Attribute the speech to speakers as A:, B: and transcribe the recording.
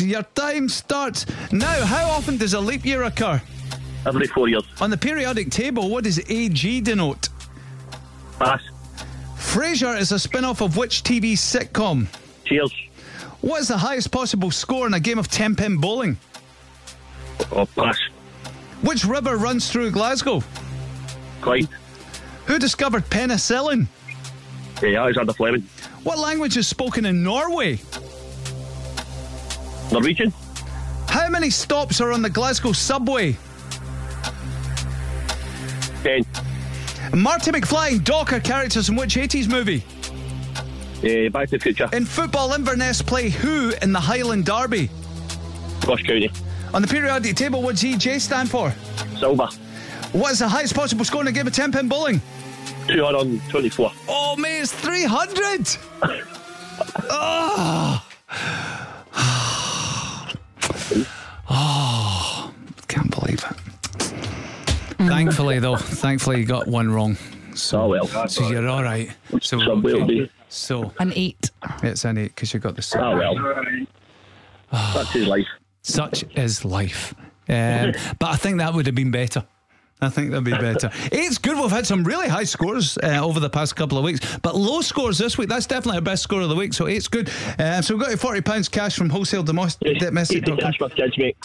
A: Your time starts now. How often does a leap year occur?
B: Every four years.
A: On the periodic table, what does AG denote?
B: Pass.
A: Frasier is a spin off of which TV sitcom?
B: Cheers.
A: What is the highest possible score in a game of 10 pin bowling?
B: Oh, pass.
A: Which river runs through Glasgow?
B: Clyde.
A: Who discovered penicillin?
B: Yeah, eh, Alexander Fleming.
A: What language is spoken in Norway?
B: Norwegian.
A: How many stops are on the Glasgow subway?
B: Ten.
A: Marty McFly and Doc are characters in which 80s movie?
B: Uh, back to the Future.
A: In football, Inverness play who in the Highland Derby?
B: Ross County.
A: On the periodic table, what's EJ stand for?
B: Silver.
A: What is the highest possible score in a game of 10 pin bowling?
B: 224.
A: Oh, mate, it's 300! oh. Oh, can't believe it. Thankfully, though, thankfully you got one wrong. So,
B: Oh, well.
A: so you're all right. So, we're
B: Some will
A: okay.
B: be.
A: so
C: An eight.
A: it's an eight because you got the six.
B: Ah, well. That's his life.
A: Such is life. Um, but I think that would have been better. I think that'd be better. It's good. We've had some really high scores uh, over the past couple of weeks, but low scores this week. That's definitely our best score Uh, of the week, so it's good. Um, so we've got your forty pounds cash from wholesale domestic.
B: Easy
A: domestic
B: cash with kids, mate.